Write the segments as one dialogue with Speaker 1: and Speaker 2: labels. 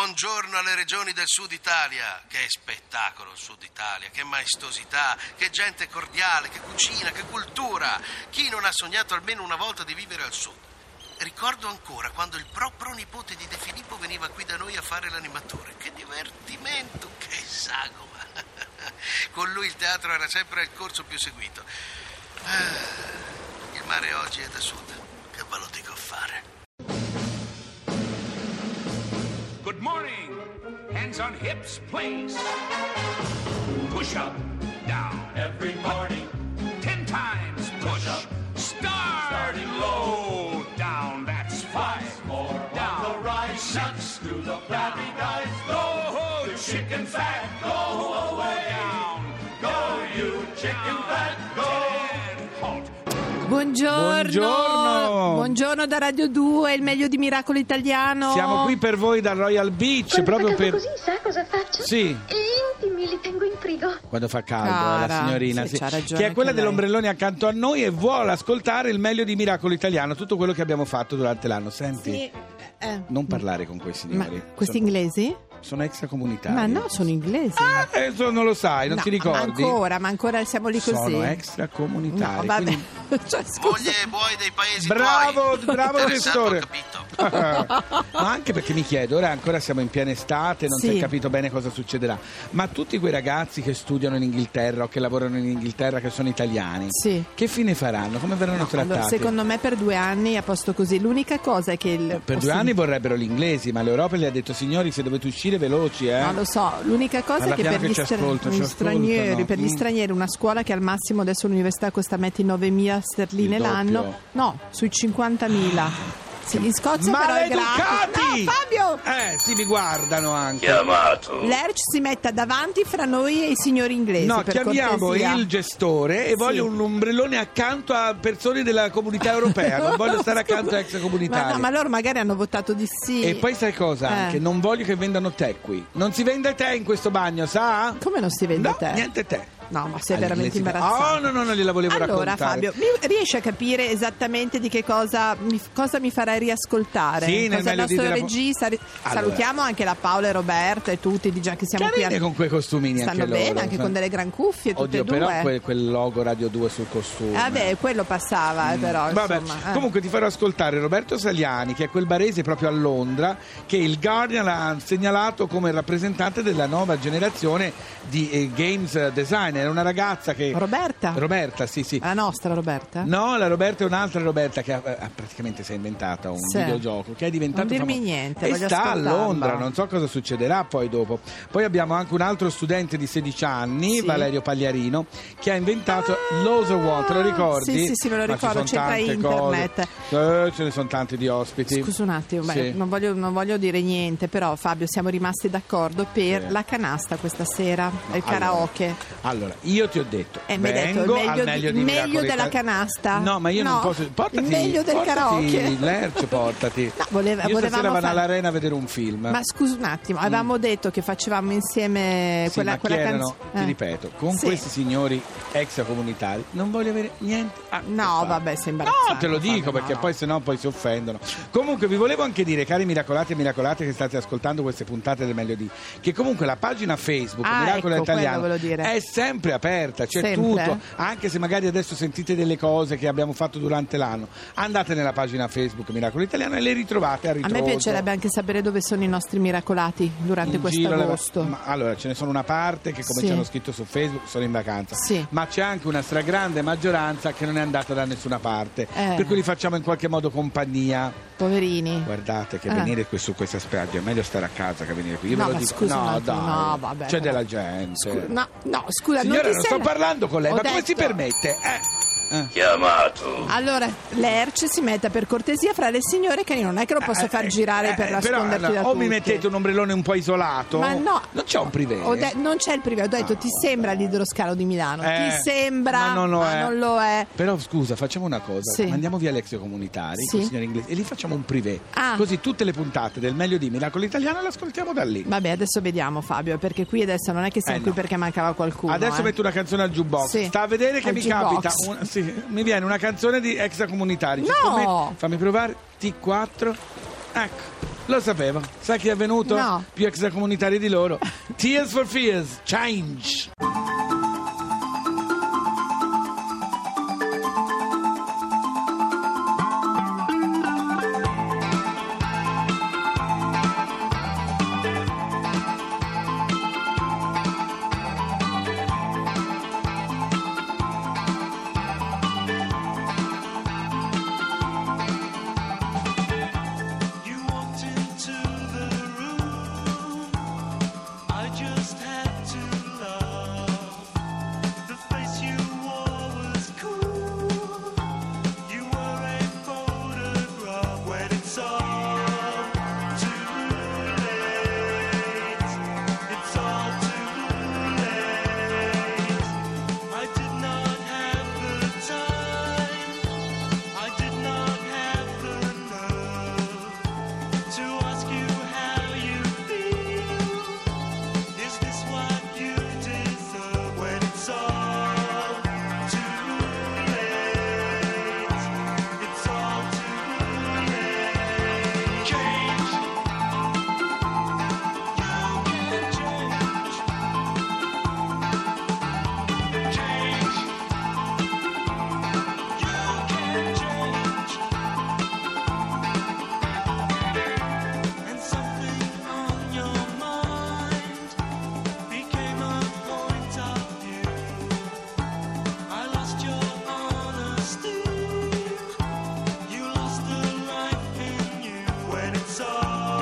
Speaker 1: Buongiorno alle regioni del sud Italia. Che spettacolo il sud Italia, che maestosità, che gente cordiale, che cucina, che cultura. Chi non ha sognato almeno una volta di vivere al sud? Ricordo ancora quando il pro pronipote di De Filippo veniva qui da noi a fare l'animatore. Che divertimento, che sagoma. Con lui il teatro era sempre il corso più seguito. Ah, Il mare oggi è da sud. Che ve lo dico a fare?
Speaker 2: Good morning. Hands on hips, please. Push up, down. Every morning. Ten times push. Starting low. Down, that's five. more down. the rise. Six. Through the flabby guys. Go, ho, you chicken fat. Go away. Down. Go, you chicken fat. Go. Ten. Halt.
Speaker 3: Buongiorno.
Speaker 4: Buongiorno.
Speaker 3: Buongiorno da Radio 2, il meglio di Miracolo Italiano.
Speaker 4: Siamo qui per voi dal Royal Beach,
Speaker 5: Quando
Speaker 4: proprio
Speaker 5: fa
Speaker 4: per...
Speaker 5: caldo così, sa cosa faccio?
Speaker 4: Sì.
Speaker 5: Intimi, li tengo in frigo.
Speaker 4: Quando fa caldo, eh,
Speaker 3: Cara,
Speaker 4: la signorina,
Speaker 3: sì, c'ha ragione
Speaker 4: che è quella
Speaker 3: anche lei.
Speaker 4: dell'ombrellone accanto a noi e vuole ascoltare il meglio di Miracolo Italiano, tutto quello che abbiamo fatto durante l'anno. Senti,
Speaker 3: Sì, eh,
Speaker 4: non parlare con quei
Speaker 3: Ma
Speaker 4: signori.
Speaker 3: questi
Speaker 4: sono,
Speaker 3: inglesi?
Speaker 4: sono extracomunitari.
Speaker 3: Ma no, sono inglesi.
Speaker 4: Ah, eh, so- non lo sai, non
Speaker 3: No,
Speaker 4: ti ricordi?
Speaker 3: Ancora, ma ancora siamo lì così.
Speaker 4: Sono extracomunitari.
Speaker 3: No, vabbè.
Speaker 4: quindi-
Speaker 3: Cioè, scusa.
Speaker 1: Moglie e buoi dei paesi
Speaker 4: Bravo,
Speaker 1: tuoi.
Speaker 4: bravo
Speaker 1: Interessato,
Speaker 4: gestore.
Speaker 1: capito.
Speaker 4: Ma anche perché mi chiedo, ora ancora siamo in piena estate, non
Speaker 3: Sì.
Speaker 4: si è capito bene cosa succederà. Ma tutti quei ragazzi che studiano in Inghilterra o che lavorano in Inghilterra, che sono italiani,
Speaker 3: Sì.
Speaker 4: che fine faranno? Come verranno trattati?
Speaker 3: Allora, secondo me per due anni è a posto così. L'unica cosa è che il
Speaker 4: Eh, per due
Speaker 3: possi-
Speaker 4: anni vorrebbero l'inglese, ma l'Europa gli ha detto signori se dovete uscire veloci, eh.
Speaker 3: No, Ah, lo so, l'unica cosa
Speaker 4: Alla
Speaker 3: è che
Speaker 4: piano
Speaker 3: per
Speaker 4: che
Speaker 3: gli,
Speaker 4: ci
Speaker 3: stra-
Speaker 4: ascolta, ci
Speaker 3: gli stranieri,
Speaker 4: ascoltano.
Speaker 3: per gli
Speaker 4: Mm.
Speaker 3: stranieri una scuola che al massimo adesso l'università costa metti 9.000 sterline
Speaker 4: Il doppio.
Speaker 3: l'anno, no, sui 50.000. Sì, in Scozia però è
Speaker 4: Maleducati!
Speaker 3: gratis. No, Fabio!
Speaker 4: Eh, sì, mi guardano anche.
Speaker 3: L'ERC si metta davanti fra noi e i signori inglesi.
Speaker 4: No,
Speaker 3: per
Speaker 4: chiamiamo
Speaker 3: cortesia.
Speaker 4: il gestore e voglio un ombrellone accanto a persone della comunità europea, non voglio stare accanto a ex
Speaker 3: Ma
Speaker 4: comunitari.
Speaker 3: no, ma loro magari hanno votato di sì.
Speaker 4: E poi sai cosa?
Speaker 3: Eh.
Speaker 4: Anche non voglio che vendano tè qui. Non si vende tè in questo bagno, sa?
Speaker 3: Come non si vende
Speaker 4: no,
Speaker 3: te?
Speaker 4: niente tè.
Speaker 3: No, ma sei
Speaker 4: Agli
Speaker 3: veramente
Speaker 4: inglesi-
Speaker 3: imbarazzante.
Speaker 4: Oh, no, no, non gliela volevo
Speaker 3: allora,
Speaker 4: raccontare.
Speaker 3: Fabio, mi riesci a capire esattamente di che cosa mi, cosa mi farai riascoltare?
Speaker 4: Sì,
Speaker 3: cosa
Speaker 4: nel
Speaker 3: il
Speaker 4: meglio di
Speaker 3: nostro
Speaker 4: della-
Speaker 3: regista. ri-
Speaker 4: Allora.
Speaker 3: Salutiamo anche la Paola e Roberta e tutti, diciamo che siamo
Speaker 4: Carine
Speaker 3: qui. a-
Speaker 4: con quei costumini
Speaker 3: Stanno
Speaker 4: anche loro. eh.
Speaker 3: bene, anche con delle gran cuffie, tutte
Speaker 4: Oddio,
Speaker 3: e due. Eh,
Speaker 4: però quel, quel logo Radio 2 sul costume.
Speaker 3: Vabbè, quello passava, eh, però.
Speaker 4: Mm. Vabbè,
Speaker 3: insomma, eh.
Speaker 4: comunque ti farò ascoltare Roberto Saliani, che è quel barese proprio a Londra, che il Guardian ha segnalato come rappresentante della nuova generazione di eh, games designer. È una ragazza che.
Speaker 3: Roberta?
Speaker 4: Roberta, sì, sì.
Speaker 3: La nostra Roberta?
Speaker 4: No, la Roberta è un'altra Roberta che ha, eh, ha praticamente si è inventata un
Speaker 3: Sì.
Speaker 4: videogioco che è diventato
Speaker 3: Non dirmi
Speaker 4: famoso.
Speaker 3: niente,
Speaker 4: e
Speaker 3: voglio
Speaker 4: sta a
Speaker 3: ascoltarlo.
Speaker 4: Londra, non so cosa succederà poi dopo. Poi abbiamo anche un altro studente di 16 anni,
Speaker 3: Sì. Ah,
Speaker 4: Valerio Pagliarino, che ha inventato l'Osowo, te lo ricordi?
Speaker 3: Sì, sì, sì, me lo
Speaker 4: Ma ci
Speaker 3: ricordo,
Speaker 4: sono
Speaker 3: c'entra
Speaker 4: tante
Speaker 3: internet.
Speaker 4: cose. Eh, ce ne sono tanti di ospiti.
Speaker 3: Scusa un attimo, beh,
Speaker 4: Sì.
Speaker 3: non, voglio, non voglio dire niente, però Fabio siamo rimasti d'accordo per
Speaker 4: Sì.
Speaker 3: la canasta questa sera, il
Speaker 4: allora.
Speaker 3: karaoke.
Speaker 4: Allora, io ti ho detto,
Speaker 3: Eh, mi hai detto,
Speaker 4: vengo
Speaker 3: meglio
Speaker 4: al
Speaker 3: di-
Speaker 4: meglio, di
Speaker 3: meglio
Speaker 4: Miracolo
Speaker 3: della
Speaker 4: Italia-
Speaker 3: canasta.
Speaker 4: No, ma io
Speaker 3: No,
Speaker 4: non posso. Portati,
Speaker 3: meglio del
Speaker 4: portati
Speaker 3: karaoke.
Speaker 4: Lerch, portati.
Speaker 3: No, voleva-
Speaker 4: io
Speaker 3: volevamo
Speaker 4: stasera vado
Speaker 3: fare-
Speaker 4: all'arena a vedere un film.
Speaker 3: Ma scusa un attimo, avevamo detto che facevamo insieme
Speaker 4: Mm. Sì,
Speaker 3: quella,
Speaker 4: ma
Speaker 3: quella
Speaker 4: chi erano,
Speaker 3: canzone.
Speaker 4: ti ripeto, con
Speaker 3: Sì.
Speaker 4: questi signori extracomunitari non voglio avere niente a che
Speaker 3: No,
Speaker 4: fare.
Speaker 3: vabbè, sei imbarazzante,
Speaker 4: No, te lo dico
Speaker 3: Fabio,
Speaker 4: perché
Speaker 3: no,
Speaker 4: poi
Speaker 3: no.
Speaker 4: se no poi si offendono. Comunque vi volevo anche dire, cari miracolati e miracolate che state ascoltando queste puntate del meglio di che comunque la pagina Facebook
Speaker 3: Ah,
Speaker 4: Miracolo
Speaker 3: ecco,
Speaker 4: Italiano
Speaker 3: quello volevo dire.
Speaker 4: è sempre aperta, c'è
Speaker 3: Sempre?
Speaker 4: tutto, anche se magari adesso sentite delle cose che abbiamo fatto durante l'anno. Andate nella pagina Facebook Miracolo Italiano e le ritrovate a
Speaker 3: A
Speaker 4: ritroso.
Speaker 3: me piacerebbe anche sapere dove sono i nostri miracolati durante
Speaker 4: In giro le va-
Speaker 3: quest'agosto.
Speaker 4: ma- allora, ce ne sono una parte che, come
Speaker 3: Sì.
Speaker 4: ci hanno scritto su Facebook, sono in vacanza.
Speaker 3: Sì.
Speaker 4: Ma c'è anche una stragrande maggioranza che non è andata da nessuna parte.
Speaker 3: Eh.
Speaker 4: Per cui li facciamo in qualche modo compagnia.
Speaker 3: Poverini.
Speaker 4: Guardate che
Speaker 3: Ah.
Speaker 4: venire qui su questa spiaggia è meglio stare a casa che venire qui. Io
Speaker 3: No,
Speaker 4: ve lo
Speaker 3: ma
Speaker 4: dico.
Speaker 3: scusa un
Speaker 4: no,
Speaker 3: attimo,
Speaker 4: dai.
Speaker 3: no, vabbè,
Speaker 4: c'è
Speaker 3: però.
Speaker 4: della gente.
Speaker 3: Scusa, no, no, scusa,
Speaker 4: Signora,
Speaker 3: non ti
Speaker 4: non,
Speaker 3: sei-
Speaker 4: sto parlando con lei,
Speaker 3: Ho
Speaker 4: ma come si
Speaker 3: detto-
Speaker 4: permette? Eh. eh.
Speaker 3: Allora, l'ERC si metta per cortesia fra le signore che io non è che lo posso
Speaker 4: Eh,
Speaker 3: far
Speaker 4: eh,
Speaker 3: girare per
Speaker 4: eh,
Speaker 3: nasconderti
Speaker 4: però, allora,
Speaker 3: da
Speaker 4: o
Speaker 3: tutti.
Speaker 4: mi mettete un ombrellone un po' isolato
Speaker 3: Ma no,
Speaker 4: non c'è un privé
Speaker 3: Ho de- non c'è il privato, ho detto
Speaker 4: Ah,
Speaker 3: ti sembra l'idroscalo di Milano,
Speaker 4: Eh,
Speaker 3: ti sembra,
Speaker 4: ma non lo è.
Speaker 3: non lo è.
Speaker 4: Però scusa, facciamo una cosa:
Speaker 3: Sì.
Speaker 4: mandiamo via l'ex comunitari,
Speaker 3: Sì.
Speaker 4: i signori inglesi, e lì facciamo un privé.
Speaker 3: Ah.
Speaker 4: Così tutte le puntate del meglio di Miracolo Italiano le ascoltiamo da lì.
Speaker 3: Vabbè, adesso vediamo Fabio, perché qui adesso non è che siamo
Speaker 4: Eh,
Speaker 3: qui
Speaker 4: no.
Speaker 3: perché mancava qualcuno.
Speaker 4: Adesso
Speaker 3: eh.
Speaker 4: metto una canzone al jukebox.
Speaker 3: Sì.
Speaker 4: Sta a vedere che
Speaker 3: Al
Speaker 4: mi
Speaker 3: jukebox.
Speaker 4: capita. una- sì, mi viene una canzone di extracomunitari. Ci
Speaker 3: No!
Speaker 4: scommetti? Fammi provare. T4. Ecco. Lo sapevo. Sai chi è venuto?
Speaker 6: No.
Speaker 4: Più extracomunitari di loro. Tears for Fears, Change.
Speaker 5: You walked into the room. I just had to laugh. The face you wore was cool. You were a photograph when it's all too late. It's all too late. I did not have the time. I did not have the nerve. To ask you how you feel Is this what you deserve when it's all too late? It's all too late Change You can change Change You can change and something on your mind became a point of view. I lost your honesty. You lost the life in you when it's all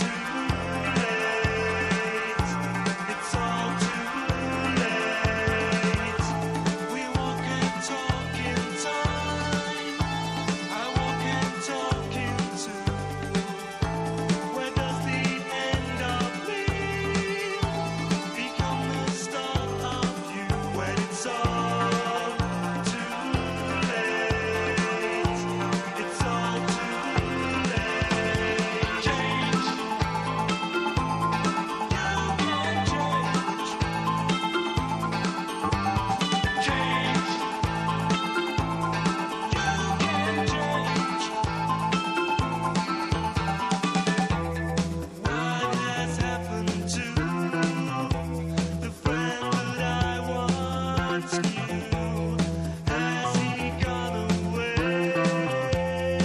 Speaker 5: too late. It's all too late. We walk and talk in time. I walk and talk in two. Where does the end of me become the start of you when it's all too late? It's all too late. Change. You can change. Change. You can change. What has happened to the friend that I once knew? Has he gone away?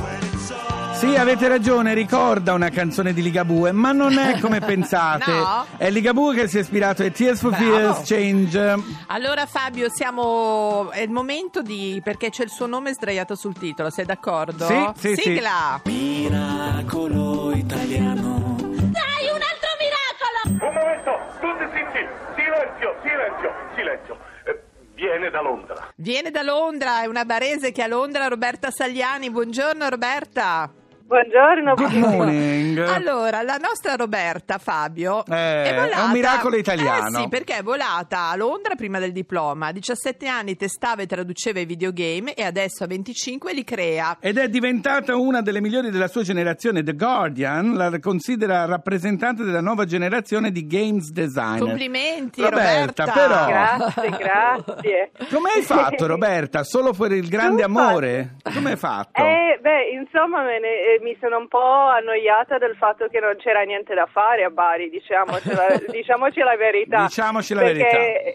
Speaker 5: When it's all
Speaker 4: Sì, avete ragione, ricorda una canzone di Ligabue, ma non è come pensate.
Speaker 3: No.
Speaker 4: È Ligabue che si è ispirato a Tears for
Speaker 3: Bravo.
Speaker 4: Fears, Change.
Speaker 3: Allora Fabio, siamo è il momento di perché c'è il suo nome sdraiato sul titolo, sei d'accordo?
Speaker 4: Sì, sì, sì.
Speaker 3: Sigla.
Speaker 5: Miracolo italiano.
Speaker 7: Dai, un altro miracolo!
Speaker 8: Un momento, tutti zitti! Silenzio, silenzio, silenzio! Eh, viene da Londra.
Speaker 3: Viene da Londra, è una barese che è a Londra, Roberta Sagliani. Buongiorno Roberta.
Speaker 9: Buongiorno,
Speaker 4: Good morning.
Speaker 3: Allora, la nostra Roberta Fabio
Speaker 4: Eh,
Speaker 3: è volata
Speaker 4: è un miracolo italiano.
Speaker 3: Eh sì, perché è volata a Londra prima del diploma. A 17 anni testava e traduceva i videogame e adesso a 25 li crea.
Speaker 4: Ed è diventata una delle migliori della sua generazione. The Guardian la considera rappresentante della nuova generazione di games designer.
Speaker 3: Complimenti Roberta.
Speaker 4: Roberta, però-
Speaker 9: grazie, grazie.
Speaker 4: Come hai fatto, Roberta? Solo per il grande
Speaker 9: Come
Speaker 4: amore? Come hai fatto?
Speaker 9: Eh, beh, insomma, me ne- eh, mi sono un po' annoiata del fatto che non c'era niente da fare a Bari, diciamocela, diciamoci la verità.
Speaker 4: Diciamoci la
Speaker 9: Perché-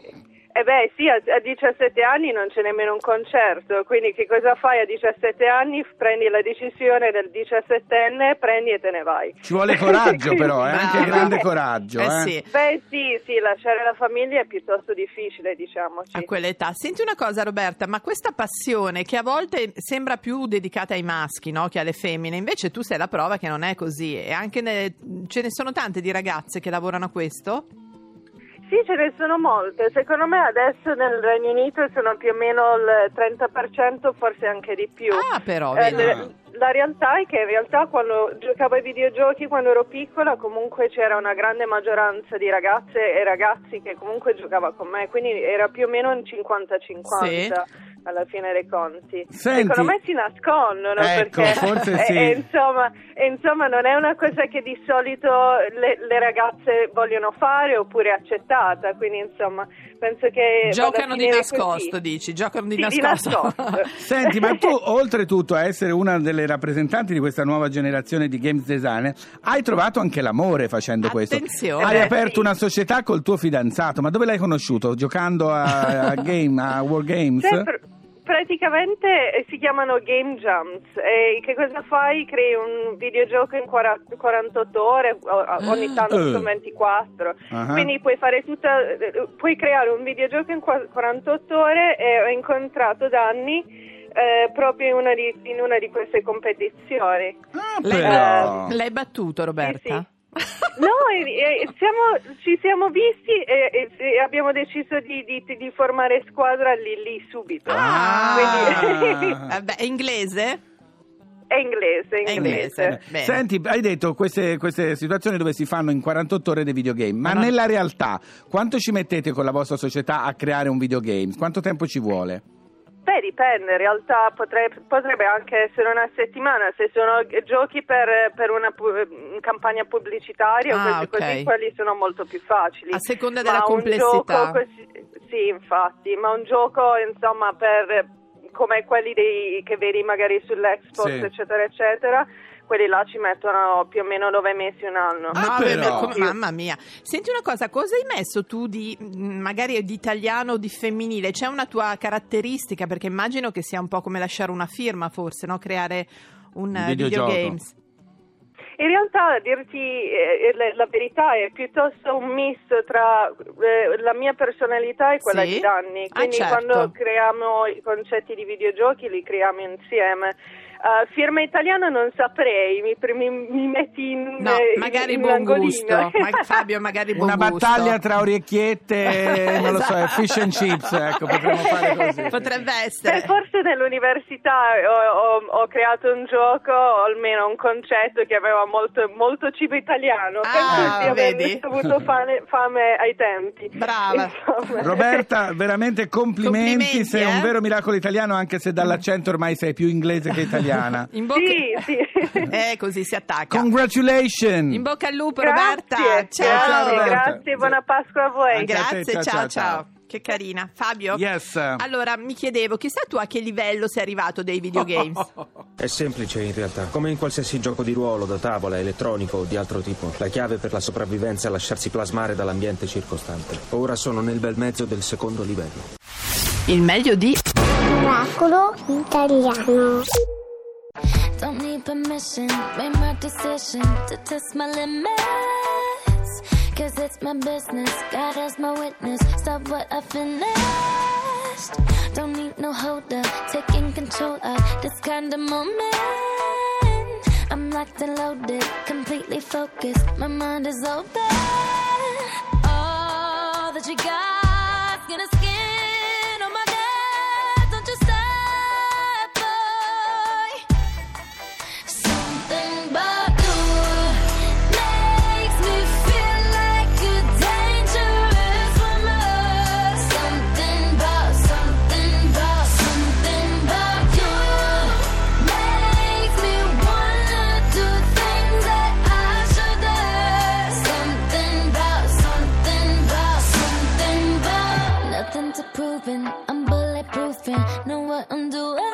Speaker 9: Eh beh, sì, a, a 17 anni non c'è nemmeno un concerto, quindi che cosa fai a 17 anni? F- Prendi la decisione del 17enne, prendi e te ne vai.
Speaker 4: Ci vuole coraggio,
Speaker 9: Quindi-
Speaker 4: però, eh? anche
Speaker 3: Brava.
Speaker 4: grande coraggio.
Speaker 3: Eh
Speaker 4: eh.
Speaker 3: sì.
Speaker 9: Beh, sì, sì, lasciare la famiglia è piuttosto difficile, diciamoci.
Speaker 3: a quell'età. Senti una cosa Roberta, ma questa passione che a volte sembra più dedicata ai maschi no, che alle femmine, invece tu sei la prova che non è così e anche ne- ce ne sono tante di ragazze che lavorano a questo?
Speaker 9: Sì, ce ne sono molte. Secondo me adesso nel Regno Unito sono più o meno il 30%, forse anche di più.
Speaker 10: Ah, però,
Speaker 9: Eh,
Speaker 10: vedi.
Speaker 9: le- la realtà è che in realtà quando giocavo ai videogiochi quando ero piccola comunque c'era una grande maggioranza di ragazze e ragazzi che comunque giocava con me, quindi era più o meno un 50-50
Speaker 10: Sì.
Speaker 9: alla fine dei conti.
Speaker 4: Senti.
Speaker 9: Secondo me si nascondono
Speaker 4: Ecco,
Speaker 9: perché
Speaker 4: forse
Speaker 9: e-
Speaker 4: sì.
Speaker 9: e insomma, e insomma non è una cosa che di solito le, le ragazze vogliono fare oppure è accettata, quindi insomma penso che... vada a
Speaker 10: Giocano di
Speaker 9: finire
Speaker 10: nascosto,
Speaker 9: così.
Speaker 10: dici, giocano di
Speaker 9: Sì,
Speaker 10: nascosto.
Speaker 4: Senti, ma tu, oltretutto a essere una delle rappresentanti di questa nuova generazione di games designer, hai trovato anche l'amore facendo questo.
Speaker 10: Attenzione.
Speaker 4: Hai
Speaker 10: Eh,
Speaker 4: aperto
Speaker 9: sì.
Speaker 4: una società col tuo fidanzato, ma dove l'hai conosciuto? Giocando a, a game, a War Games?
Speaker 9: Sempre- praticamente eh, si chiamano game jams. E che cosa fai? Crei un videogioco in 40 48 ore, o- o- ogni tanto
Speaker 4: Eh.
Speaker 9: sono 24.
Speaker 4: Ah.
Speaker 9: Quindi puoi fare tutta eh, puoi creare un videogioco in qua- 48 ore e ho incontrato Danny eh, proprio in una, di, in una di queste competizioni.
Speaker 4: Ah,
Speaker 10: Lei-
Speaker 4: però.
Speaker 10: L'hai battuto, Roberta?
Speaker 9: Sì, sì. No, e- e siamo- ci siamo visti e, e- e abbiamo deciso di, di- di formare squadra lì, lì subito. Quindi-
Speaker 4: Ah.
Speaker 10: Eh, beh, inglese?
Speaker 9: È inglese,
Speaker 10: È
Speaker 9: è
Speaker 10: inglese.
Speaker 9: inglese.
Speaker 10: Bene.
Speaker 4: Senti, hai detto queste, queste situazioni dove si fanno in 48 ore dei videogame, ma
Speaker 10: Ma no-
Speaker 4: nella realtà quanto ci mettete con la vostra società a creare un videogame? Quanto tempo ci vuole?
Speaker 9: Beh, dipende, in realtà potre- potrebbe anche essere una settimana, se sono giochi per, per una pu- mm, campagna pubblicitaria o
Speaker 10: Ah,
Speaker 9: cose
Speaker 10: ok.
Speaker 9: così, quelli sono molto più facili.
Speaker 10: A seconda
Speaker 9: Ma
Speaker 10: della
Speaker 9: un
Speaker 10: complessità.
Speaker 9: gioco così- sì, infatti, ma un gioco insomma per come quelli dei- che vedi magari sull'Expo,
Speaker 4: Sì.
Speaker 9: eccetera, eccetera, quelli là ci mettono più o meno nove mesi, un anno.
Speaker 4: Ah,
Speaker 10: No, vabbè,
Speaker 4: però.
Speaker 10: come- mamma mia. Senti una cosa, cosa hai messo tu di mh, magari di italiano o di femminile? C'è una tua caratteristica? Perché immagino che sia un po' come lasciare una firma, forse, no? Creare un,
Speaker 4: Un
Speaker 10: eh,
Speaker 4: videogioco.
Speaker 10: videogames.
Speaker 9: In realtà, a dirti eh, la- la verità, è piuttosto un mix tra eh, la mia personalità e quella
Speaker 10: Sì?
Speaker 9: di Danny.
Speaker 10: Ah,
Speaker 9: Quindi,
Speaker 10: certo.
Speaker 9: quando creiamo i concetti di videogiochi, li creiamo insieme. Eh, firma italiana non saprei, mi, mi, mi metti in.
Speaker 10: No,
Speaker 9: eh,
Speaker 10: magari
Speaker 9: in un
Speaker 10: buon
Speaker 9: angolino.
Speaker 10: gusto. Ma- Fabio, magari buon
Speaker 4: Una
Speaker 10: gusto.
Speaker 4: battaglia tra orecchiette, non lo so,
Speaker 10: Esatto.
Speaker 4: fish and chips, ecco, potremmo fare così.
Speaker 10: Potrebbe essere.
Speaker 9: Beh, forse nell'università ho, ho- ho creato un gioco, o almeno un concetto che aveva molto, molto cibo italiano.
Speaker 10: Ah,
Speaker 9: Penso di aver
Speaker 10: vedi?
Speaker 9: avuto fame, fame ai tempi.
Speaker 10: Brava.
Speaker 9: Insomma.
Speaker 4: Roberta, veramente complimenti,
Speaker 10: Complimenti,
Speaker 4: sei
Speaker 10: eh?
Speaker 4: un vero miracolo italiano, anche se dall'accento ormai sei più inglese che italiana.
Speaker 10: In bocca...
Speaker 9: Sì, sì.
Speaker 10: Eh, così si attacca.
Speaker 4: Congratulations!
Speaker 10: In bocca al lupo,
Speaker 9: Grazie.
Speaker 10: Roberta.
Speaker 4: Ciao,
Speaker 9: Grazie,
Speaker 4: Roberta.
Speaker 9: grazie, buona Pasqua a voi.
Speaker 4: Anche a te,
Speaker 10: Grazie,
Speaker 4: ciao,
Speaker 10: ciao,
Speaker 4: ciao.
Speaker 10: ciao, Che carina. Fabio?
Speaker 4: Yes.
Speaker 10: Allora, mi chiedevo, chissà tu a che livello sei arrivato dei videogames?
Speaker 8: È semplice in realtà, come in qualsiasi gioco di ruolo, da tavola, elettronico o di altro tipo. La chiave per la sopravvivenza è lasciarsi plasmare dall'ambiente circostante. Ora sono nel bel mezzo del secondo livello.
Speaker 10: Il meglio di...
Speaker 5: Miracolo italiano.
Speaker 11: Don't need permission, made my decision to test my limits. Cause it's my business, God is my witness. Stop what I finished. Don't need no holder, taking control of this kind of moment. I'm locked and loaded, completely focused. My mind is open. All that you got's gonna skin on my neck. Don't you stop, boy. Something about you makes me feel like a dangerous woman. Something about, something about, something about you makes me wanna do things that I shouldn't. Something about, something about, something about nothing to proving. I'm bulletproofing, know what I'm doing.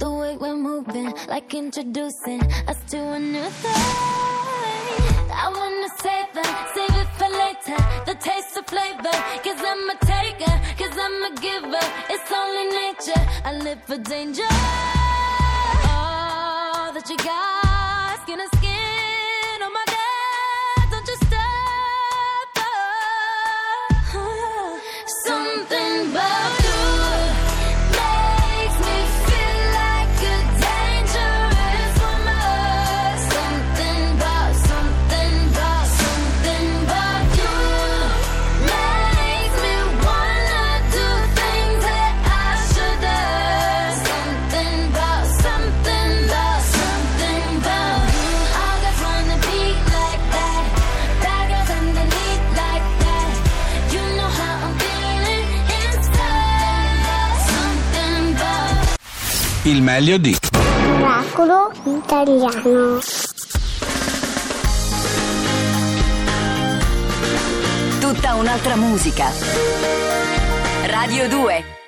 Speaker 11: The way we're moving, like introducing us to a new thing. I wanna save it, save it for later. The taste of flavor, cause I'm a taker, cause I'm a giver. It's only nature, I live for danger. All that you got, skin to skin on my neck, don't you stop. oh. Something about you makes me feel like a dangerous woman. Something about, something about, something about you
Speaker 12: Il meglio di.
Speaker 11: Miracolo italiano.
Speaker 3: Tutta un'altra musica. Radio 2.